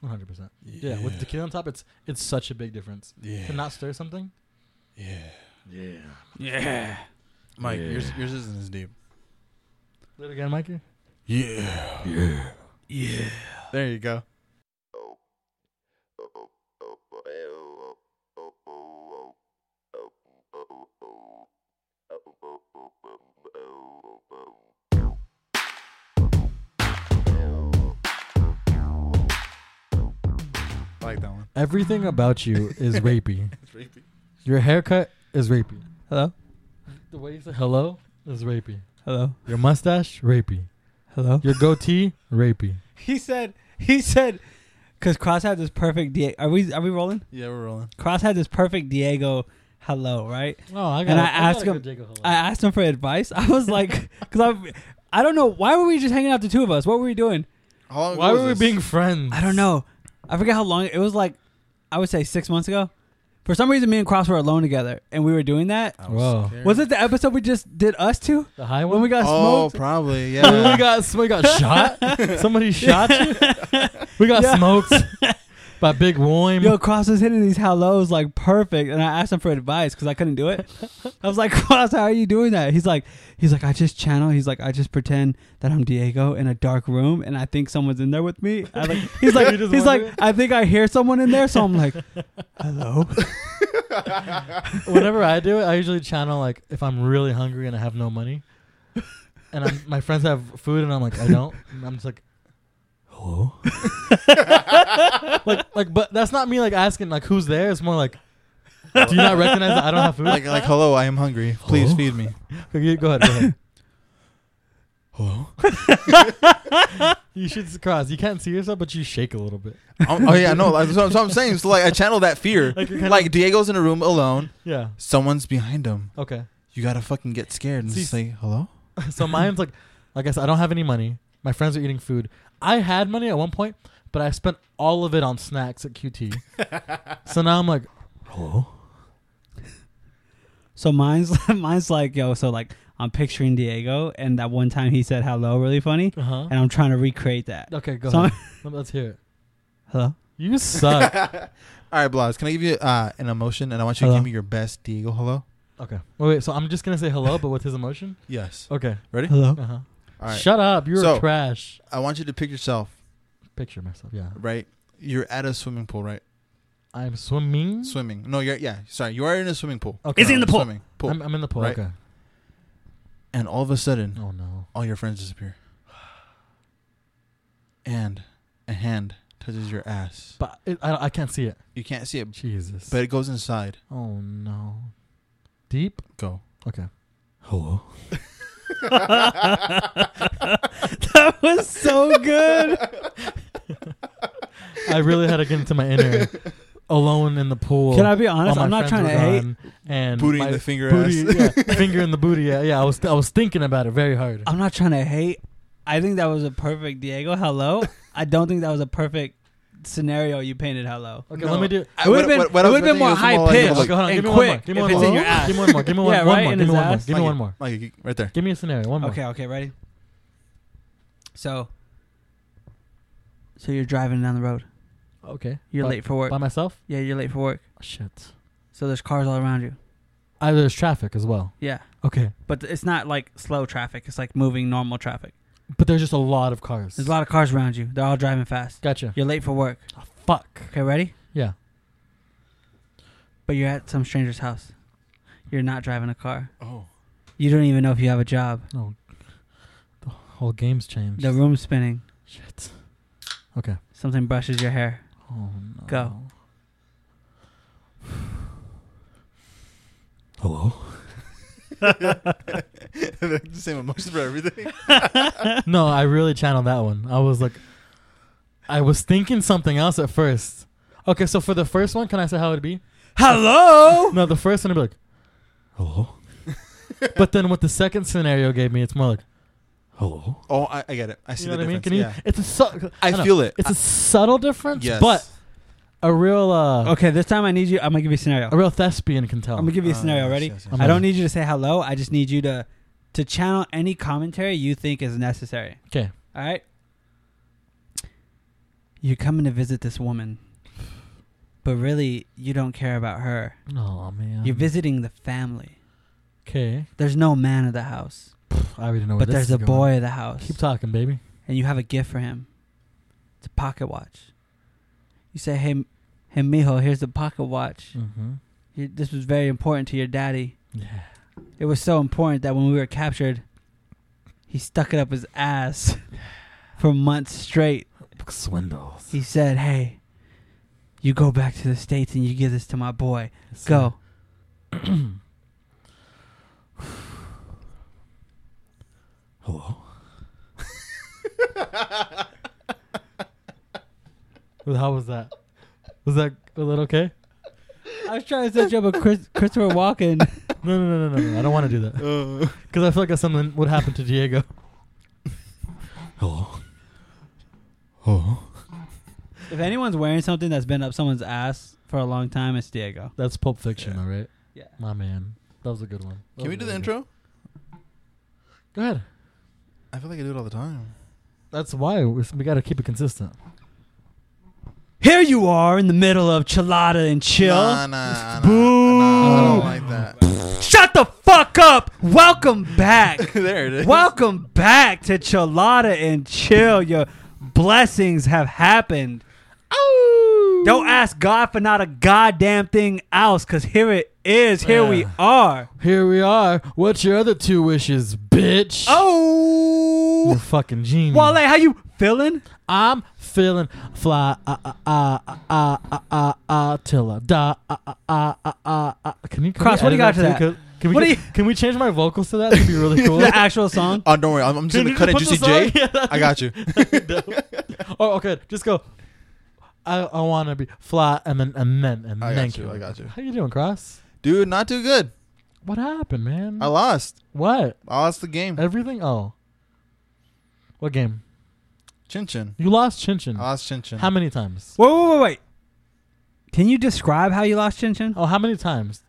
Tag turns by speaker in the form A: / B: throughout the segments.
A: One hundred percent. Yeah, with tequila on top, it's it's such a big difference.
B: Yeah.
A: To not stir something.
B: yeah.
A: Yeah.
C: Yeah.
B: Mike,
C: Yeah.
B: yours yours isn't as deep.
A: Do it again, Mikey.
B: Yeah. Yeah.
C: Yeah.
B: There you go. I like that one.
A: Everything about you is rapey.
B: It's rapey.
A: Your haircut is rapey.
C: Hello.
A: The way you say hello is rapey.
C: Hello.
A: Your mustache rapey.
C: Hello.
A: Your goatee rapey.
C: He said. He said. Because Cross had this perfect. Di- are we? Are we rolling?
B: Yeah, we're rolling.
C: Cross had this perfect Diego. Hello. Right.
A: Oh, I
C: got- I got asked a good him- I asked him for advice. I was like, because I, I don't know why were we just hanging out the two of us. What were we doing?
B: How long
A: Why
B: ago was
A: were we
B: this?
A: being friends?
C: I don't know. I forget how long it was. Like, I would say six months ago. For some reason, me and Cross were alone together, and we were doing that.
B: I
A: Whoa.
B: scared.
C: Was it the episode we just did us two
A: The high
C: when
A: one.
C: we got
B: Oh,
C: smoked?
B: probably.
A: When we
B: Yeah.
A: got somebody got shot. Somebody shot you. We got
C: Yeah.
A: smoked by Big Roy.
C: Yo, Cross was hitting these hellos like perfect, and I asked him for advice because I couldn't do it. I was like, Cross, how are you doing that? He's like, he's like, I just channel. He's like, I just pretend that I'm Diego in a dark room, and I think someone's in there with me. I like, he's like,
A: You just
C: he's like,
A: wonder?
C: I think I hear someone in there, so I'm like, hello.
A: Whenever I do it, I usually channel like if I'm really hungry and I have no money, and I'm, my friends have food and I'm like I don't. and I'm just like, hello. like like, but that's not me like asking like who's there. It's more like, do you not recognize that I don't have food?
B: like, like, hello, I am hungry. Please
A: Hello?
B: feed me.
A: Okay, go ahead. Go ahead.
B: Hello.
A: You should cross. You can't see yourself, but you shake a little bit.
B: I'm- oh yeah, no. Like, so, so I'm saying, so like I channel that fear.
A: Like,
B: Like,
A: you're kinda-
B: Diego's in a room alone.
A: Yeah.
B: Someone's behind him.
A: Okay.
B: You gotta fucking get scared and
A: See-
B: say hello.
A: So mine's like, like I said, I don't have any money. My friends are eating food. I had money at one point, but I spent all of it on snacks at QT. so now I'm like, hello.
C: So mine's mine's like, yo, so like I'm picturing Diego, and that one time he said hello, really funny,
A: Uh huh.
C: and I'm trying to recreate that.
A: Okay, go
C: So-
A: ahead. Let- Let's hear it.
C: Hello.
A: You suck.
B: All right, Blas. Can I give you uh, an emotion? And I want you
C: Hello.
B: to give me your best Diego hello.
A: okay. Wait, wait. So I'm just gonna say hello, but with his emotion.
B: Yes.
A: Okay.
C: Hello.
A: Uh huh.
B: All right.
A: Shut up. You're
B: So-
A: trash.
B: I want you to pick yourself.
A: Picture myself. Yeah.
B: Right. You're at a swimming pool, right?
A: Mm-hmm. I'm swimming.
B: Swimming. No, you're yeah. Sorry, you are in a swimming pool.
A: Okay. Is he in
C: the pool?
B: Swimming pool.
A: I'm, I'm in the pool.
B: Right.
A: Okay.
B: and all of a sudden,
A: Oh no.
B: all your friends disappear. And a hand touches your ass.
A: But it, I, I can't see it.
B: You can't see it,
A: Jesus.
B: but it goes inside.
A: oh no. Deep.
B: Go.
A: Okay. Hello.
C: that was so good.
A: I really had to get into my inner alone in the pool.
C: Can I be honest?
A: All
C: I'm
A: my
C: not trying
A: friends
C: to
A: were
C: hate.
A: gone, And
B: Booty in
A: my
B: the finger
A: booty,
B: ass.
A: yeah, finger in the booty. Yeah, yeah. I was I was thinking about it very hard.
C: I'm not trying to hate. I think that was a perfect Diego hello. I don't think that was a perfect scenario you painted hello.
A: Okay,
B: No.
A: let me do.
B: I-
C: It would have
B: what-
C: been,
B: what- what I
C: it
B: was
C: would have been
B: thinking
C: more
B: was more
C: high
B: like-
C: pitched
A: Okay, hold on,
C: and
A: give me one more,
C: quick
A: give me one
C: if it's
A: more.
C: in your ass.
A: Give me one more. Give me one,
C: Yeah,
A: one
C: right
A: more.
C: in
A: Give me
C: his
A: one more.
C: ass.
A: Give me
B: Like,
A: one more.
B: Like right there.
A: Give me a scenario. One more.
C: Okay, okay, ready? So, so you're driving down the road.
A: Okay.
C: You're
A: by,
C: late for work.
A: by myself.
C: yeah, you're late for work.
A: Shit.
C: So there's cars all around you.
A: I, Uh, there's traffic as well.
C: Yeah,
A: Okay,
C: but th- it's not like slow traffic. It's like moving normal traffic.
A: but there's just a lot of cars.
C: There's a lot of cars around you. They're all driving fast.
A: Gotcha.
C: You're late for work.
A: Oh, fuck.
C: Okay, ready?
A: Yeah.
C: But you're at some stranger's house. You're not driving a car.
B: Oh.
C: You don't even know if you have a job.
A: No. The whole game's changed.
C: The room's spinning.
A: Shit. Okay.
C: Something brushes your hair.
A: Oh no.
C: Go.
A: Hello.
B: the same emotion for everything.
A: no, I really channeled that one. I was like, I was thinking something else at first. Okay, so for the first one, can I say how it'd be?
C: Hello.
A: No, the first one would be like, hello. but then what the second scenario gave me, it's more like, hello.
B: Oh, I, I get it. I see
A: You know what
B: the
A: I mean?
B: difference.
A: Can you?
B: yeah.
A: It's a. Su-
B: I
A: don't know.
B: feel it.
A: It's a subtle difference,
B: Yes.
A: but a real uh,
C: Okay, this time I need you. I'm gonna give you a scenario.
A: a real thespian can tell.
C: I'm gonna give you a
B: Uh,
C: scenario.
B: yes,
C: Ready?
B: yes, yes,
C: I
A: Oh, yes.
C: don't need you to say hello. I just need you to to channel any commentary you think is necessary.
A: okay.
C: All right. you're coming to visit this woman, but really you don't care about her.
A: Oh man.
C: You're visiting the family.
A: Okay.
C: There's no man of the house,
A: I already know. where
C: but
A: Oh, this
C: there's
A: is
C: a
A: going.
C: boy of the house,
A: Keep talking, baby.
C: and you have a gift for him. It's a pocket watch. You say, "Hey, m- hey, mijo, here's the pocket watch.
A: Mm-hmm.
C: You- This was very important to your daddy.
A: Yeah.
C: It was so important that when we were captured, he stuck it up his ass for months straight."
A: Swindles.
C: He said, "Hey, you go back to the states and you give this to my boy. Go."
A: Hello. How was that? Was that was that okay?
C: I was trying to set you up with Chris, Christopher Walken.
A: No, no, no, no, no, no. I don't want to do that
B: Uh,
A: because I feel like that's something would happen to Diego.
B: hello. Hello.
C: if anyone's wearing something that's been up someone's ass for a long time, it's Diego.
A: That's Pulp Fiction, all right.
C: Yeah.
A: My man, that was a good one. That
B: Can we
A: was
B: do the
A: really
B: intro?
A: good. Go ahead.
B: I feel like I do it all the time.
A: That's why we we got to keep it consistent.
C: Here you are in the middle of Chilada and Chill.
B: Nah, nah, nah,
C: Boo.
B: nah, I don't like that.
C: Shut the fuck up. Welcome back.
B: there it is.
C: Welcome back to Chilada and Chill. Your blessings have happened.
A: Oh.
C: Don't ask God for not a goddamn thing else, cause here it is. Here we
A: Yeah.
C: are.
A: Here we are. What's your other two wishes, bitch? You
C: Oh,
A: fucking genius.
C: Wale, how you feeling?
A: I'm feeling fly, uh, uh, uh, uh, uh, uh, uh, uh, till I die, uh, uh, uh, uh, uh, uh. Can you can
C: Cross,
A: we
C: what do you
A: edit
C: got to
A: too? Can we
C: What do
A: get- can we change my vocals to that? That'd be really cool.
C: The actual song.
B: Oh, don't worry. I'm, I'm just
A: Can
B: gonna
A: you
B: cut it,
A: put
B: Juicy
A: this on?
B: J.
A: Yeah, that'd
B: I got you.
A: Oh, okay. Just go. I I want to be fly, and then and then and
B: I
A: then.
B: got you. I got you,
A: How you doing, Cross?
B: dude. Not too good.
A: What happened, man?
B: I lost.
A: what?
B: I lost the game.
A: Everything? Oh. What game?
B: Chin Chin.
A: You lost Chin Chin.
B: I lost Chin Chin.
A: How many times?
C: Wait, wait, wait, wait. Can you describe how you lost Chin Chin?
A: Oh, how many times?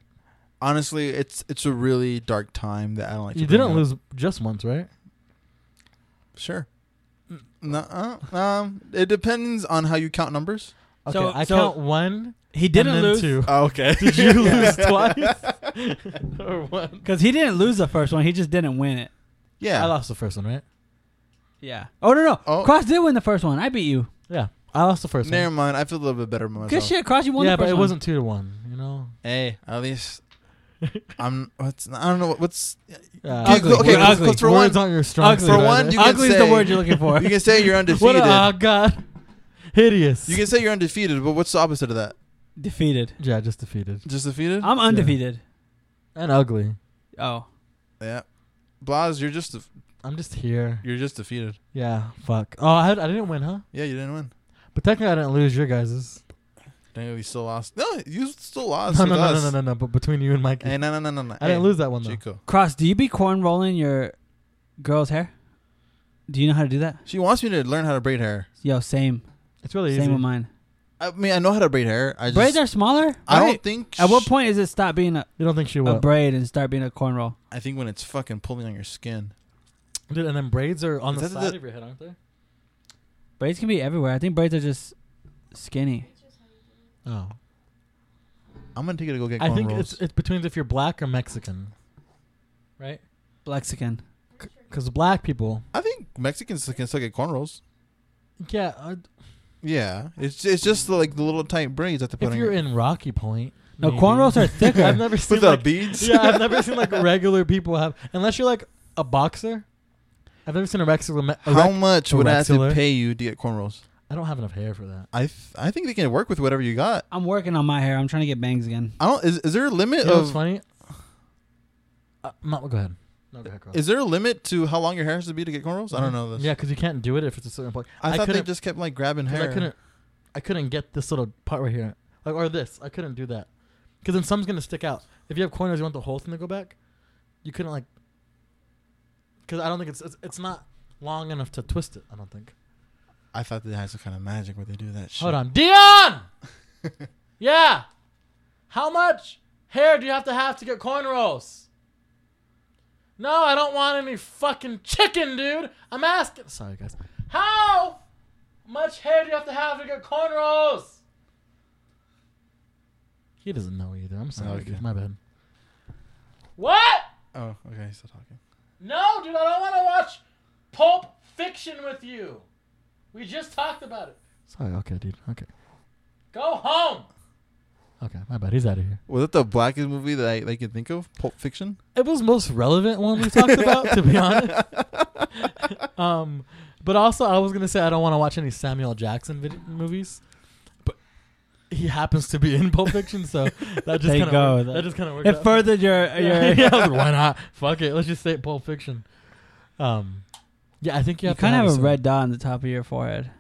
B: Honestly, it's it's a really dark time that I don't like. to
A: You
B: bring
A: didn't
B: up.
A: lose just once, right?
B: Sure. No, um, it depends on how you count numbers.
A: Okay,
C: So-
A: I
C: so-
A: count one.
C: He
A: and then two.
B: Oh, okay.
A: Did you lose twice or one?
C: because he didn't lose the first one. He just didn't win it.
A: I
B: Yeah.
A: lost the first one, right?
C: Yeah. Oh no no.
B: Oh.
C: Cross did win the first one. I beat you.
A: Yeah, I lost the first
B: Never mind. I feel a little bit better about
C: Good
B: myself.
C: shit, Cross. You won
A: one. Yeah,
C: the first
A: but it
C: one.
A: wasn't two to one. You know.
B: Hey, at least I'm. What's I don't know what- what's.
A: Uh,
B: Okay,
C: okay,
A: Words-
C: ugly.
A: words
B: for
A: words
B: one-
A: aren't your strong
C: ugly.
A: suit,
B: For
A: are
B: one,
A: they?
B: you can
C: Ugly is the
B: say-
C: word you're looking for.
B: You can say you're
A: what?
B: undefeated.
A: A, oh God, hideous.
B: you can say you're undefeated, but what's the opposite of that?
C: defeated.
A: yeah, just defeated
B: Just defeated.
C: I'm undefeated.
A: and ugly.
C: Oh.
B: yeah. Blas, you're just def-
A: I'm just here.
B: you're just defeated.
A: Yeah, fuck. Oh, I, had, I didn't win, huh?
B: Yeah, you didn't win.
A: But technically, I didn't lose your guys's.
B: Damn, you still lost. No, you still lost.
A: No,
B: with
A: no, no,
B: us.
A: no, no, no, no. But between you and Mikey,
B: Hey, no, no, no, no, no.
A: I didn't
B: Hey,
A: lose that one though.
B: Chico.
C: Cross, do you be corn rolling your girl's hair? Do you know how to do that?
B: She wants me to learn how to braid hair.
C: Yo, same.
A: It's really
C: Same
A: easy.
C: with mine.
B: I mean, I know how to braid hair. I just
C: Braids are smaller.
B: I
C: right?
B: don't think.
C: At what
B: sh-
C: point does it stop being a,
A: You don't think she
C: a
A: will?
C: braid and start being a cornrow?
B: I think when it's fucking pulling on your skin.
A: Dude, and then braids are on
B: Is
A: the
B: that
A: side
B: the-
A: of your head, aren't they?
C: Braids can be everywhere. I think braids are just skinny.
A: Oh,
B: I'm gonna take it to go get.
A: I think
B: cornrows.
A: it's it's between if you're black or Mexican, right?
C: Lexican.
A: Because black people,
B: I think Mexicans can still get cornrows.
A: yeah. Uh,
B: Yeah, it's it's just the, like the little tight braids that they put
A: if
B: on
A: you're
B: your
A: in Rocky Point,
C: No,
A: maybe.
C: cornrows are thicker.
A: I've never seen
B: with the
A: like,
B: beads.
A: yeah, I've never seen like regular people have unless you're like a boxer. I've never seen a regular. me- a
B: How
A: rec-
B: much would I have to
A: Oracular.
B: pay you to get cornrows?
A: I don't have enough hair for that.
B: I th- I think they can work with whatever you got.
C: I'm working on my hair. I'm trying to get bangs again.
B: I don't. Is, is there a limit
A: You know what's
B: of?
A: funny? Uh, no, go ahead. No, go ahead. Carl.
B: Is there a limit to how long your hair has to be to get cornrows? I don't know this.
A: Mm-hmm. Yeah, because you can't do it if it's a certain point.
B: I,
A: I
B: thought they
A: couldn't-
B: just kept like grabbing
A: 'Cause
B: hair.
A: I couldn't, I couldn't get this little part right here, like or this. I couldn't do that, because then some's gonna stick out. If you have corners, you want the whole thing to go back. You couldn't like, because I don't think it's, it's it's not long enough to twist it. I don't think.
B: I thought they had some kind of magic where they do that. Shit.
A: Hold on, Dion. yeah, how much hair do you have to have to get cornrows? No, I don't want any fucking chicken, dude. I'm asking. Sorry, guys. How much much hair do you have to have to get cornrows? He doesn't know either. I'm sorry.
B: Okay.
A: dude. My bad. What?
B: Oh, okay. He's still talking.
A: No, dude, I don't want to watch Pulp Fiction with you. We just talked about it. Sorry, okay, dude. Okay. Go home. Okay, my bad. He's out of here.
B: Was that the blackest movie that I, that I can think of? Pulp Fiction.
A: It was most relevant one we talked about, to be honest. um, but also, I was gonna say I don't want to watch any Samuel Jackson vid- movies, but he happens to be in Pulp Fiction, so that just
C: There you
A: kind
C: go.
A: of
C: That-
A: that just kind of worked.
C: It
A: out.
C: furthered your
A: yeah,
C: your.
A: yeah, I was like, why not? Fuck it, let's just say Pulp Fiction. Um, yeah, I think you
C: You
A: have
C: kind
A: to
C: of have a
A: some-
C: red dot on the top of your forehead.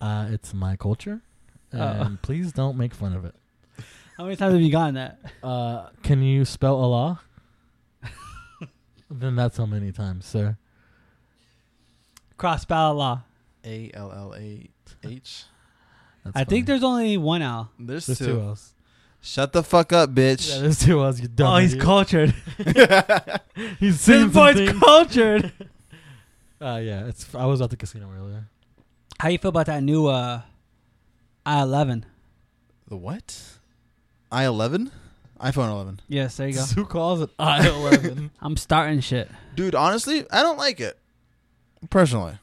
A: Uh, it's my culture,
C: Oh.
A: and please don't make fun of it.
C: How many times have you gotten that?
A: Uh, can you spell Allah? then that's how many times, sir.
C: Cross spell law.
B: A L L A H.
A: That's
C: I think
A: funny.
C: there's only one L.
B: There's,
A: there's
B: two.
A: two L's.
B: Shut the fuck up,
A: Yeah,
B: bitch.
A: there's two L's. You dumb.
C: oh, he's
A: idiot.
C: cultured.
A: He's
C: This
A: seen some
C: boy's
A: things.
C: cultured.
A: uh, yeah, it's. I was at the casino earlier.
C: How you feel about that new uh, I eleven?
B: the what? I eleven, iPhone eleven.
C: Yes, there you go.
A: Who calls it I eleven?
C: I'm starting shit.
B: Dude, honestly, I don't like it. Personally,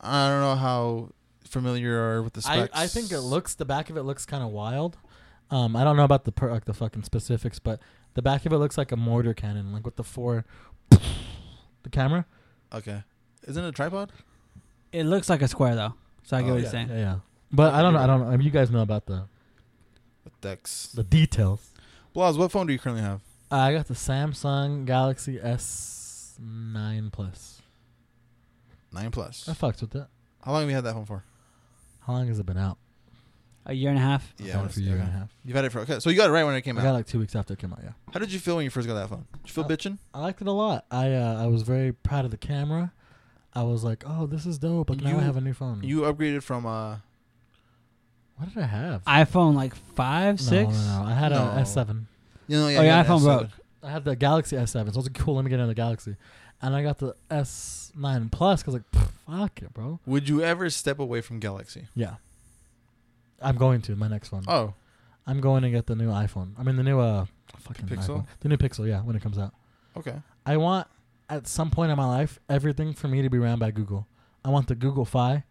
B: I don't know how familiar you are with the
A: I,
B: specs.
A: I think it looks the back of it looks kind of wild. Um, I don't know about the per, like the fucking specifics, but the back of it looks like a mortar cannon, like with the four, the camera.
B: okay. Isn't it a tripod?
C: It looks like a square though, so I get
B: Oh,
C: what
B: yeah.
C: you're saying.
A: Yeah, yeah. But I don't know. I don't know. I mean, you guys know about the
B: With Dex.
A: the details.
B: Blas, what phone do you currently have?
A: Uh, I got the Samsung Galaxy S nine plus.
B: Nine plus.
A: I fucked with it.
B: How long have you had that phone for?
A: How long has it been out?
C: A year and a half.
A: I've had it for a year
B: okay.
A: and a half.
B: You've had it for okay. So you got it right when it came
A: I
B: out.
A: got it like two weeks after it came out. Yeah.
B: How did you feel when you first got that phone? Did you feel
A: Uh,
B: bitching?
A: I liked it a lot. I uh, I was very proud of the camera. I was like, oh, this is dope. Like now
B: You-
A: I have a new phone.
B: You upgraded from uh
A: Oh, what did I have?
C: iPhone like five,
A: No,
C: six.
A: No, no, I had
B: No.
A: a S seven.
B: you know, yeah,
C: Oh,
B: you
C: your
B: had an
C: iPhone
B: S7.
C: broke.
A: I had the Galaxy S seven, so I was like, cool. Let me get another Galaxy, and I got the S nine plus because like, pff, fuck it, bro.
B: Would you ever step away from Galaxy?
A: Yeah. I'm going to my next one.
B: Oh,
A: I'm going to get the new iPhone. I mean the new uh fucking
B: Pixel?
A: iPhone. The new Pixel, yeah, when it comes out.
B: okay.
A: I want at some point in my life everything for me to be ran by Google. I want the Google Fi.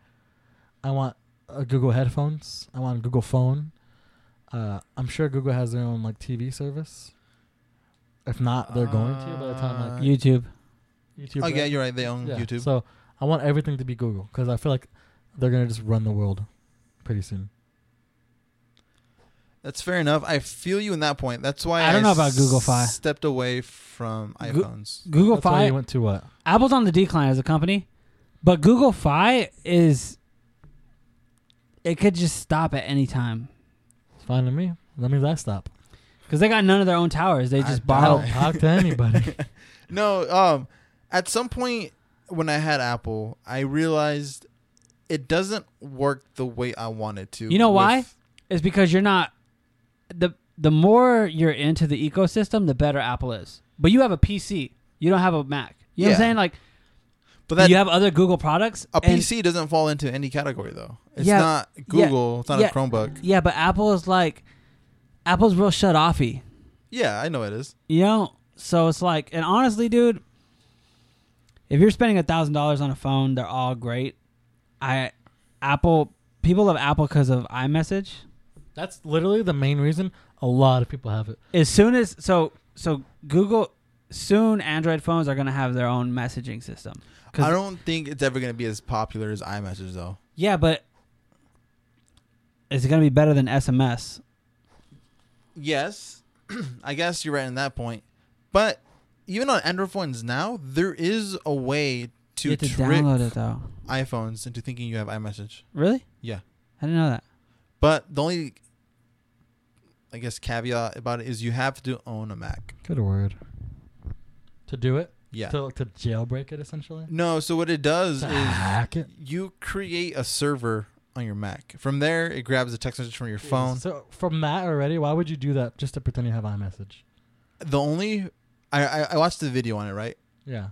A: I want uh, Google headphones. I want Google phone. Uh, I'm sure Google has their own like TV service. If not, they're going to by the time like
B: Uh,
C: YouTube.
A: YouTube.
B: oh yeah,
A: right?
B: you're right. They own
A: Yeah,
B: YouTube.
A: So I want everything to be Google because I feel like they're gonna just run the world pretty soon.
B: That's fair enough. I feel you in that point. That's why
C: I don't know about Google Fi.
B: Stepped away from
C: Goo-
B: iPhones.
C: Google
A: That's why
C: Fi.
A: you went to what?
C: Apple's on the decline as a company, but Google Fi is. It could just stop at any time
A: It's fine to me. That means I stop.
C: because they got none of their own towers. They
B: I
C: just
A: I
C: borrow.
A: don't talk to anybody.
B: no, um, at some point when I had Apple, I realized it doesn't work the way I want it to.
C: You know
B: with-
C: why? It's because you're not the the more you're into the ecosystem, the better Apple is. But you have a PC. You don't have a Mac. You know what
B: Yeah.
C: I'm saying? Like
B: But that
C: you have other Google products.
B: a
C: and-
B: PC doesn't fall into any category though. It's
C: Yeah,
B: not Google. It's not
C: yeah.
B: a Chromebook.
C: Yeah, but Apple is like Apple's real shut offy.
B: Yeah, I know it is.
C: You know? So it's like and honestly, dude, if you're spending a thousand dollars on a phone, they're all great. I Apple people love Apple because of iMessage.
A: That's literally the main reason a lot of people have it.
C: As soon as so so Google soon Android phones are gonna have their own messaging system. 'Cause-
B: I don't think it's ever going to be as popular as iMessage though.
C: Yeah, but is it gonna be better than SMS?
B: Yes, I guess you're right in that point. But even on Android phones now, there is a way
C: you
B: to,
C: have to
B: trick
C: download it though.
B: iPhones into thinking you have iMessage.
C: Really?
B: Yeah.
C: I didn't know that.
B: But the only, I guess, caveat about it is you have to own a Mac.
A: Good word. To do it?
B: Yeah.
A: To, to jailbreak it, essentially?
B: No, so what it does
A: To
B: is
A: hack it?
B: you create a server on your Mac. From there, it grabs a text message from your phone.
A: So from that already, why would you do that just to pretend you have iMessage?
B: The only, I, I, I watched the video on it, right?
A: Yeah.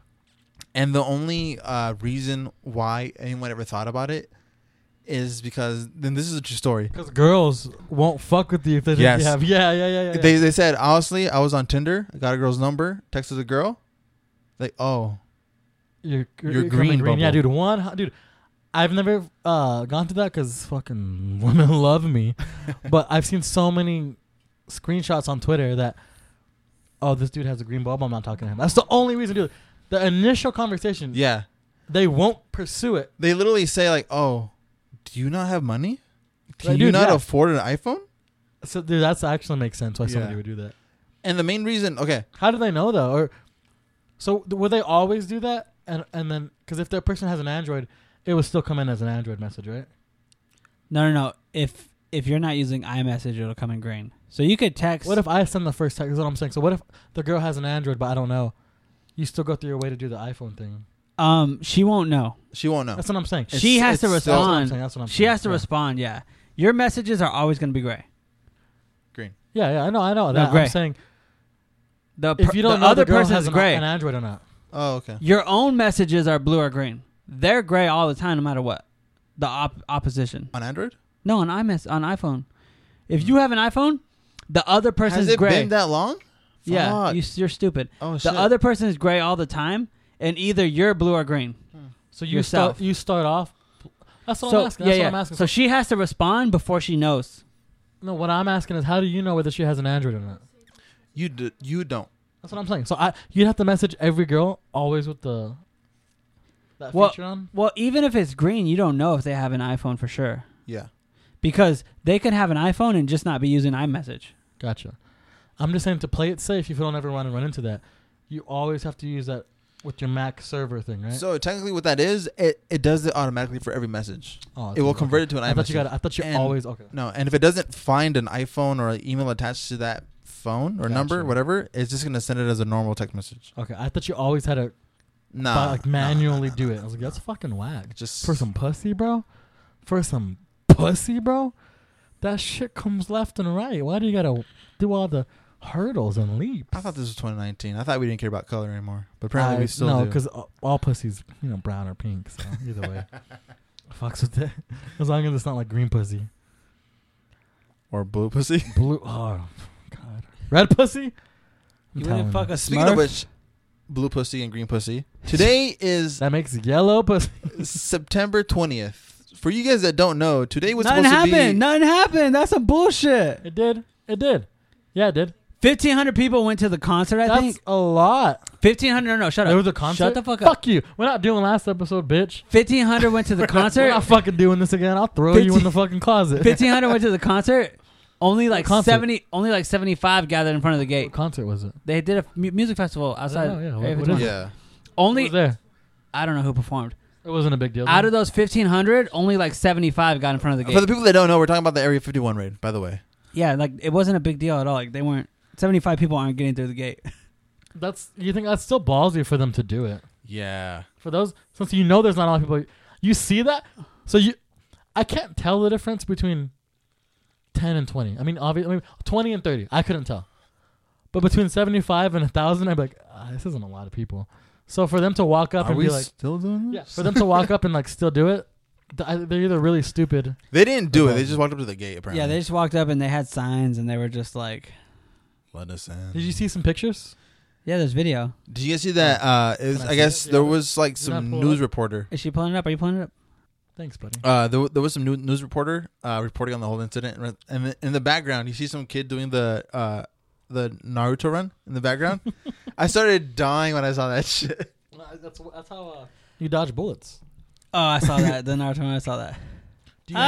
B: And the only uh, reason why anyone ever thought about it is because then this is a true story.
A: Because girls won't fuck with you if they think
B: Yes.
A: you have. Yeah, yeah, yeah, yeah. yeah.
B: They they said honestly, I was on Tinder, I got a girl's number, texted a girl, like oh
A: Your,
B: Your
A: your
B: green
A: green, green. Yeah,
B: bubble.
A: dude. One, ho- dude. I've never uh, gone through that because fucking women love me, but I've seen so many screenshots on Twitter that oh, this dude has a green bulb. I'm not talking to him. That's the only reason, dude. The initial conversation,
B: yeah.
A: they won't pursue it.
B: They literally say like oh, do you not have money? Can
A: Like,
B: you
A: dude,
B: not
A: yeah.
B: afford an iPhone?
A: So, dude, that's actually makes sense why somebody
B: Yeah.
A: would do that.
B: And the main reason, okay,
A: How do they know though? Or so th- would they always do that? And and then because if that person has an Android, it would still come in as an Android message, right?
C: No, no, no. If if you're not using iMessage, it'll come in green. So you could text.
A: What if I send the first text? Is what I'm saying. So what if the girl has an Android, but I don't know? You still go through your way to do the iPhone thing.
C: um she won't know.
B: she won't know.
A: That's what I'm saying.
B: Oh. It's-
C: she has to
B: it's still-
A: That's what I'm
C: respond.
A: saying. That's what I'm
C: she
A: saying.
C: has to
A: Yeah.
C: respond. Yeah, your messages are always going to be gray.
B: Green.
A: Yeah, yeah, I know, I know. That.
C: gray.
A: I'm saying
C: The per-
A: if you don't
C: the
A: know
C: other
A: the girl
C: person's
A: has an,
C: gray.
A: an Android or not,
B: Oh okay.
C: your own messages are blue or green. They're gray all the time, no matter what. The op- opposition.
B: On Android,
C: No, on iMess on iPhone. If you have an iPhone, the other person's
B: has it
C: gray.
B: been that long?
C: yeah,
B: Fuck.
C: you, s- you're stupid.
B: Oh
C: The
B: shit.
C: other person is gray all the time, and either you're blue or green.
A: so you
C: Yourself.
A: start you start off. That's what
C: so
A: I'm asking.
C: yeah,
A: That's
C: yeah.
A: what I'm asking.
C: So she has to respond before she knows.
A: no, what I'm asking is how do you know whether she has an Android or not?
B: you d- you don't.
A: That's what I'm saying. So I you'd have to message every girl always with the that
C: Well-
A: feature on.
C: Well, even if it's green, you don't know if they have an iPhone for sure.
B: Yeah.
C: Because they could have an iPhone and just not be using iMessage.
A: Gotcha. I'm just saying to play it safe. If you don't ever want to run into that, you always have to use that with your Mac server thing, right?
B: So technically, what that is, it, it does it automatically for every message.
A: oh,
B: It will convert it to an
A: I thought you
B: iMessage.
A: got. I thought you
B: And-
A: always okay.
B: No, and if it doesn't find an iPhone or an email attached to that phone or number,
A: Gotcha.
B: whatever, it's just gonna send it as a normal text message.
A: Okay, I thought you always had to
B: Nah,
A: buy- like
B: nah,
A: manually
B: nah,
A: do
B: nah,
A: it. I was like, that's fucking whack.
B: just
A: For some pussy, bro. For some pussy, bro. That shit comes left and right. Why do you gotta do all the hurdles and leaps?
B: I thought this was 2019. I thought we didn't care about color anymore, but apparently
A: I-
B: we still
A: Uh, no,
B: do.
A: because all, all pussies, you know, brown or pink. So either way, fucks with it. As long as it's not like green pussy,
B: or blue pussy.
A: blue. Oh god, red pussy. I'm
C: You wouldn't
A: telling
C: fuck a
B: Speaking
C: Smurf.
B: of which, blue pussy and green pussy. Today is
A: That makes yellow pussy.
B: September 20th. For you guys that don't know, today was
C: Nothing
B: supposed to
C: happened.
B: be.
C: Nothing happened. That's some bullshit.
A: It did. It did. Yeah, it did.
C: Fifteen hundred people went to the concert. I
A: That's
C: think
A: a lot.
C: fifteen hundred. No, no, shut up.
A: There was a concert.
C: Shut the fuck up.
A: Fuck you. We're not doing last episode, bitch.
C: Fifteen hundred went to the
A: We're
C: concert.
A: not fucking doing this again. I'll throw you in the fucking closet.
C: Fifteen hundred went to the concert. Only like
A: concert?
C: seventy. Only like seventy-five gathered in front of the gate.
A: What concert was it?
C: They did a mu- music festival outside.
A: know, Oh, yeah,
C: Area
A: what- what is
C: 51.
A: it?
B: Yeah.
A: Who
C: Only
A: was there.
C: I don't know who performed.
A: It wasn't a big deal.
C: Out of those fifteen hundred, only like seventy-five got in front of the
B: For
C: gate.
B: the people that don't know, we're talking about the Area 51 raid, by the way.
C: yeah, like it wasn't a big deal at all. Like they weren't. Seventy-five people aren't getting through the gate.
A: that's you think that's still ballsy for them to do it.
B: Yeah.
A: for those since you know there's not a lot of people you see that so you i can't tell the difference between 10 and 20 i mean obviously I mean, 20 and 30 i couldn't tell but between 75 and 1000 i'd be like ah, this isn't a lot of people so for them to walk up
B: Are
A: and
B: we
A: be like
B: still doing
A: yeah,
B: this?
A: for them to walk up and like still do it th- I- they're either really stupid
B: They didn't do it. They
A: Okay.
B: just walked up to the gate. Apparently.
C: Yeah, they just walked up and they had signs and they were just like,
B: let us in.
A: did you see some pictures
C: "Yeah, there's video."
B: Did you guys see that? Uh, it was,
A: Can I
B: I,
A: see
B: guess
A: it? Yeah,
B: there
A: but-
B: was like
A: Did that
B: some
A: pull
B: news
A: up?
B: reporter.
C: Is she pulling it up? Are you pulling it up?
A: thanks buddy
B: Uh, there, wa- there was some new, news reporter uh, reporting on the whole incident, and in the, in the background, you see some kid doing the uh, the Naruto run in the background. I started dying when I saw that shit.
A: that's, that's how uh, you dodge bullets
C: Oh, I saw that. the Naruto one, I saw that.
A: do you, have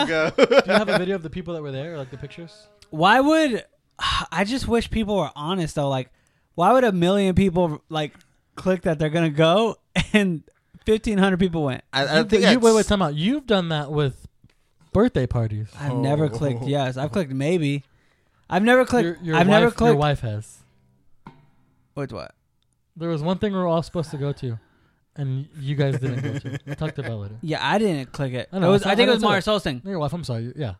C: Ah.
A: a
B: Go.
A: video, do you have a video of the people that were there like the pictures
C: Why would I just wish people were honest though? Like, why would a million people like click that they're gonna go and fifteen hundred people went?
B: I, I
A: you,
B: think
A: you, wait, wait,
B: that's-
A: time out. You've done that with birthday parties.
C: I've
B: Oh.
C: never clicked yes. I've clicked maybe. I've never clicked.
A: your, your
C: I've
A: wife,
C: never
A: Your
C: clicked.
A: wife has.
C: Wait, what?
A: There was one thing we were all supposed to go to, and you guys didn't go to. We'll talk to that later.
C: Yeah, I didn't click it.
A: I know,
C: it was,
A: I saw-
C: I think
A: I
C: it was
A: saw
C: Mara
A: it.
C: Solsting.
A: No, your wife. I'm sorry. you- Yeah,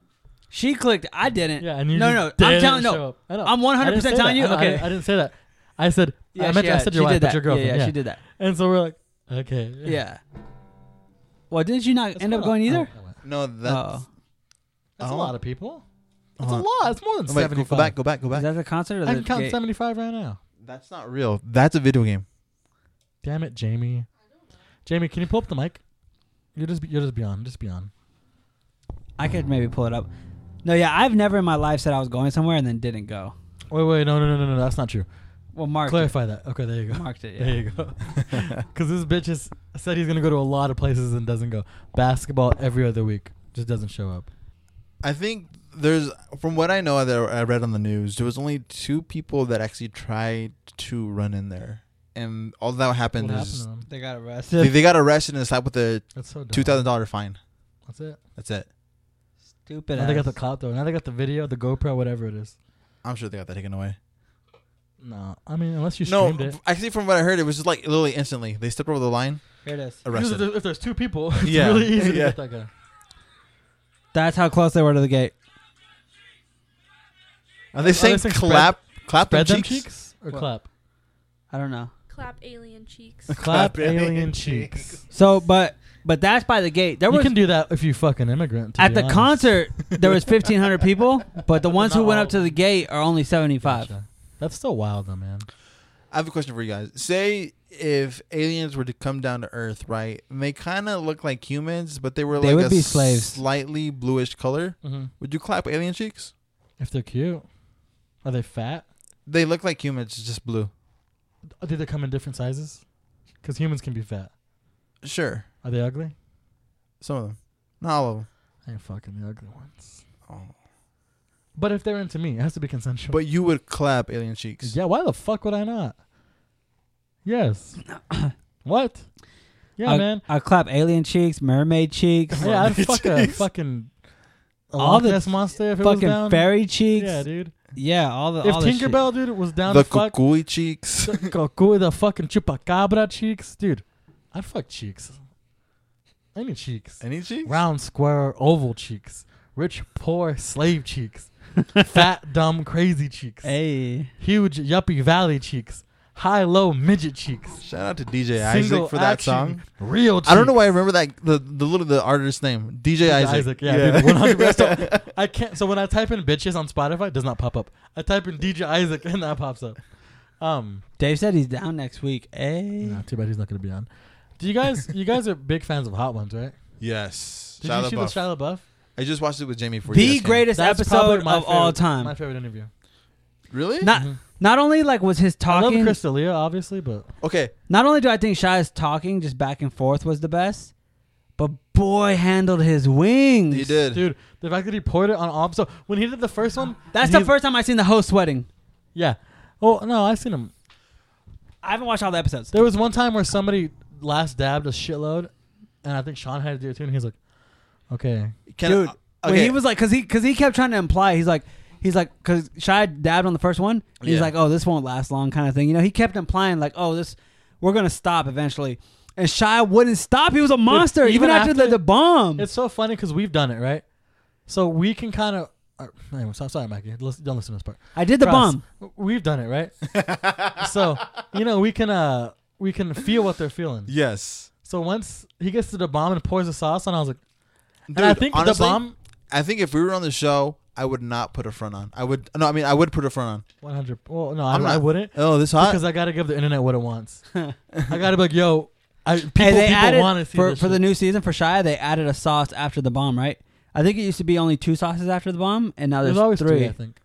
C: She clicked. I didn't.
A: yeah. And you
C: No,
A: just
C: no, I'm
A: didn't
C: telling- no.
A: show up. I know.
C: I'm
A: I didn't
C: 100%
A: say
C: telling
A: that.
C: you.
A: I know, I
C: Okay.
A: didn't- I, didn't say that. I said. I meant
C: she-
A: to, I said your
C: she
A: wife,
C: did
A: but
C: that.
A: your girlfriend.
C: Yeah, yeah, she did that.
A: And so we're like, okay.
C: Yeah. Well, didn't you not
A: What's
C: end up
A: going
C: going
A: on?
C: either?
A: Oh, oh, well.
B: No, that's
C: Uh-oh.
A: That's
B: Oh.
A: a lot of people. That's
B: Uh-huh.
A: a lot. It's more than
B: Oh, wait, go,
A: seventy
B: go
A: five.
B: back, go back, go
C: Is
B: back.
C: that the concert or
A: I
C: the
A: can count
C: gate?
A: seventy five right now.
B: That's not real. That's a video game.
A: Damn it, Jamie. Jamie, can you pull up the mic? You're just you're just beyond. Just beyond.
C: I could maybe pull it up. No, yeah, I've never in my life said I was going somewhere and then didn't go.
A: Wait, wait, no, no, no, no, no. That's not true.
C: Well, Mark
A: Clarify that. Okay, there you go.
C: marked it.
A: There
C: Yeah.
A: you go. Because this bitch has said he's gonna go to a lot of places and doesn't go. Basketball every other week just doesn't show up.
B: I think there's, from what I know that I read on the news, there was only two people that actually tried to run in there, and all that happened
A: What happened
B: is
A: to him?
C: They got
B: they,
C: arrested.
B: they got arrested and slapped with a
A: That's so dumb.
B: two thousand dollar fine.
A: That's it.
B: That's it.
C: Stupid.
A: Now they got
C: ass.
A: the cop though. Now they got the video, the GoPro, whatever it is.
B: I'm sure they got that taken away.
A: No, I mean unless you
B: no, uh,
A: streamed it.
B: actually, from what I heard, it was just like literally instantly. They stepped over the line,
C: Here it is.
A: Because if
B: arrested.
A: there- if there's two people, it's
B: Yeah.
A: really easy to
B: Yeah.
A: get that guy.
C: That's how close they were to the gate.
B: Are they saying
A: saying
B: clap, clap
A: Spread
B: their
A: them
B: cheeks?
A: cheeks, or
C: What?
A: clap.
C: I don't know.
D: Clap alien cheeks.
A: Clap,
B: Clap
A: alien,
B: alien
A: cheeks.
C: So, but but that's by the gate. There
A: you
C: was
A: can do that if you fucking immigrant. to
C: at
A: be
C: the
A: honest.
C: concert there was fifteen hundred people, but the ones who
A: not
C: went
A: all
C: up
A: of
C: to the gate are only seventy five.
A: Gotcha. That's still wild though, man.
B: I have a question for you guys. Say if aliens were to come down to Earth, right? And they kind of look like humans, but they were
C: They
B: like
C: would
B: a
C: be slaves.
B: slightly bluish color.
C: Mm-hmm.
B: Would you clap alien cheeks?
A: If they're cute, are they fat?
B: They look like humans, just blue.
A: Uh, Do they come in different sizes? Because humans can be fat.
B: Sure,
A: Are they ugly?
B: some of them, not all of them.
A: I ain't fucking the ugly ones.
B: Oh.
A: But if they're into me, it has to be consensual.
B: But you would clap alien cheeks.
A: yeah, why the fuck would I not? Yes. what? Yeah,
C: I,
A: man.
C: I clap alien cheeks, mermaid cheeks,
A: Yeah, I'd
B: Mermaid
A: fuck a
B: cheeks.
A: fucking a
C: All
A: Loch
C: the
A: Ness monster if it was
C: fucking
A: down.
C: fairy cheeks.
A: Yeah,
C: Yeah,
A: dude.
C: all the
A: If
C: all this shit.
A: Tinkerbell, dude, was down
B: the
A: to fuck
B: kukui cheeks.
A: Goku, the fucking chupacabra cheeks, dude. I'd fuck cheeks. I need cheeks.
B: Any cheeks?
A: Round, square, oval cheeks. Rich, poor, slave cheeks. Fat, dumb, crazy cheeks.
C: Hey,
A: Huge, yuppie, valley cheeks. High, low, midget cheeks.
B: Shout out to DJ
A: Single
B: Isaac for that
A: action,
B: song.
A: Real. Cheeks.
B: I don't know why I remember that the the little the artist's name DJ
A: Isaac.
B: Isaac.
A: yeah, dude, 100%. So, I can't. So when I type in bitches on Spotify, it does not pop up. I type in DJ Isaac, and that pops up. Um,
C: Dave said he's down next week. Hey,
A: nah, too bad he's not going to be on. Do you guys? you guys are big fans of Hot Ones, right?
B: Yes.
A: Did
B: Shia
A: you see
B: LaBeouf.
A: the Shia LaBeouf?
B: I just watched it with Jamie for
C: the greatest
A: That's
C: episode
A: probably
C: of
A: my
C: all
A: favorite-
C: time.
A: My favorite interview.
B: Really?
C: not
A: Mhm.
C: not only like was his
A: I love
C: talking.
A: Chris D'Elia, obviously, but
B: Okay.
C: Not only do I think Shia's talking just back and forth was the best, but boy handled his wings.
B: He did.
A: dude, the fact that he poured it on all so when he did the first one,
C: That's
A: he-
C: the first time I've seen the host sweating.
A: Yeah. Oh no, I seen him.
C: I haven't watched all the episodes.
A: There was one time where somebody last dabbed a shitload, and I think Sean had to do it too, and he's like, "Okay,
B: Can
C: Dude,
B: I,
C: when
B: okay.
C: he was like, cause he, cause he kept trying to imply he's like, he's like, cause Shia dabbed on the first one. and He's
B: Yeah.
C: like, oh, this won't last long, kind of thing. You know, he kept implying like, oh, this, we're gonna stop eventually. And Shia wouldn't stop. He was a monster, even,
A: even
C: after, the,
A: after-
C: the bomb.
A: it's so funny because we've done it, right? So we can kind of." Anyway, so, sorry, Mikey. Listen, don't listen to this part.
C: I did the
A: Trust.
C: bomb.
A: We've done it, right? so you know we can uh we can feel what they're feeling.
B: yes.
A: So once he gets to the bomb and pours the sauce on, I was like,
B: Dude,
A: and I think
B: honestly,
A: the bomb
B: I think if we were on the show, I would not put a front on. I would no. I mean, I would put a front
A: 100. Well, no,
B: on.
A: I,
B: I'm
A: don't- I
B: not-
A: wouldn't
B: Oh, this hot.
A: because I gotta give the internet what it wants. I gotta be like, yo, I, people,
C: Hey, they
A: people
C: added
A: want to see
C: for,
A: this
C: for the
A: shit.
C: new season for Shia. They added a sauce after the bomb, right? I think it used to be only two sauces after the bomb, and now
A: There's
C: there's,
A: always
C: three.
A: three. I think.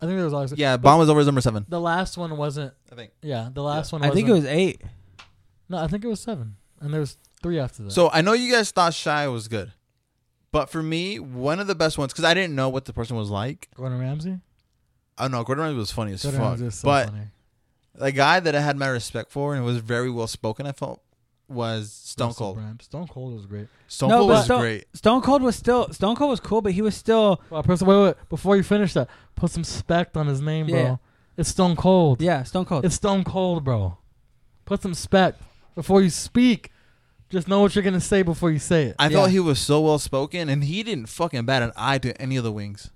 A: I think there was always
B: yeah, bomb was over number seven.
A: The last one wasn't.
B: I think.
A: Yeah, the last one.
C: I
A: Wasn't,
C: think it was eight.
A: No, I think it was seven, and there was three after that.
B: So I know you guys thought Shy was good, but for me, one of the best ones because I didn't know what the person was like.
A: Gordon Ramsay.
B: I know Gordon Ramsay was funny as
A: Gordon
B: fuck,
A: Ramsay is so
B: but
A: funny.
B: the guy that I had my respect for and was very well spoken, I felt was Stone
A: Russell
B: Cold.
A: Brand. Stone Cold was great.
B: Stone
C: No,
B: Cold
C: but
B: was
C: Stone-
B: great.
C: Stone Cold was still Stone Cold was cool, but he was still
A: Well, person, wait, wait, wait, before you finish that, put some spect on his name, bro.
C: Yeah.
A: It's Stone Cold.
C: yeah Stone Cold.
A: It's Stone Cold, bro. Put some spec before you speak. Just know what you're gonna say before you say it.
B: I
C: Yeah.
B: thought he was so well spoken, and he didn't fucking bat an eye to any of the wings.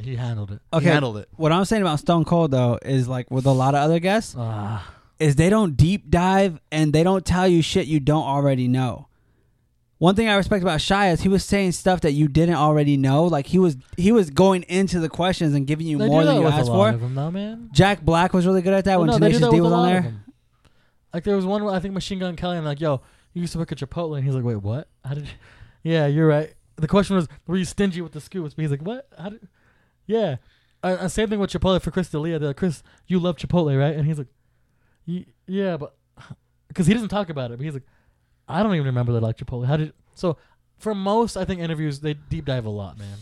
A: He handled it.
B: He
C: okay.
B: handled it.
C: What I'm saying about Stone Cold though is like with a lot of other guests is they don't deep dive and they don't tell you shit you don't already know. One thing I respect about Shia is he was saying stuff that you didn't already know. Like he was he was going into the questions and giving you
A: They do
C: more than
A: that
C: you
A: with
C: asked
A: a lot
C: for.
A: of them, though, man.
C: Jack Black was really good at that
A: Well,
C: when
A: Oh, no, they do
C: Tenacious
A: that
C: D
A: with
C: was
A: a
C: on
A: lot of
C: there.
A: them. Like there was one where I think Machine Gun Kelly and like, yo, you used to work at Chipotle, and he's like, wait, what? How did? You? Yeah, you're right. The question was, were you stingy with the scoops? But he's like, what? How did? Yeah, uh, uh, same thing with Chipotle for Chris D'Elia. They're like, Chris, you love Chipotle, right? And he's like, "Ye- yeah, but because he doesn't talk about it, but he's like, I don't even remember that I like Chipotle. How did? So for most, I think interviews they deep dive a lot, man.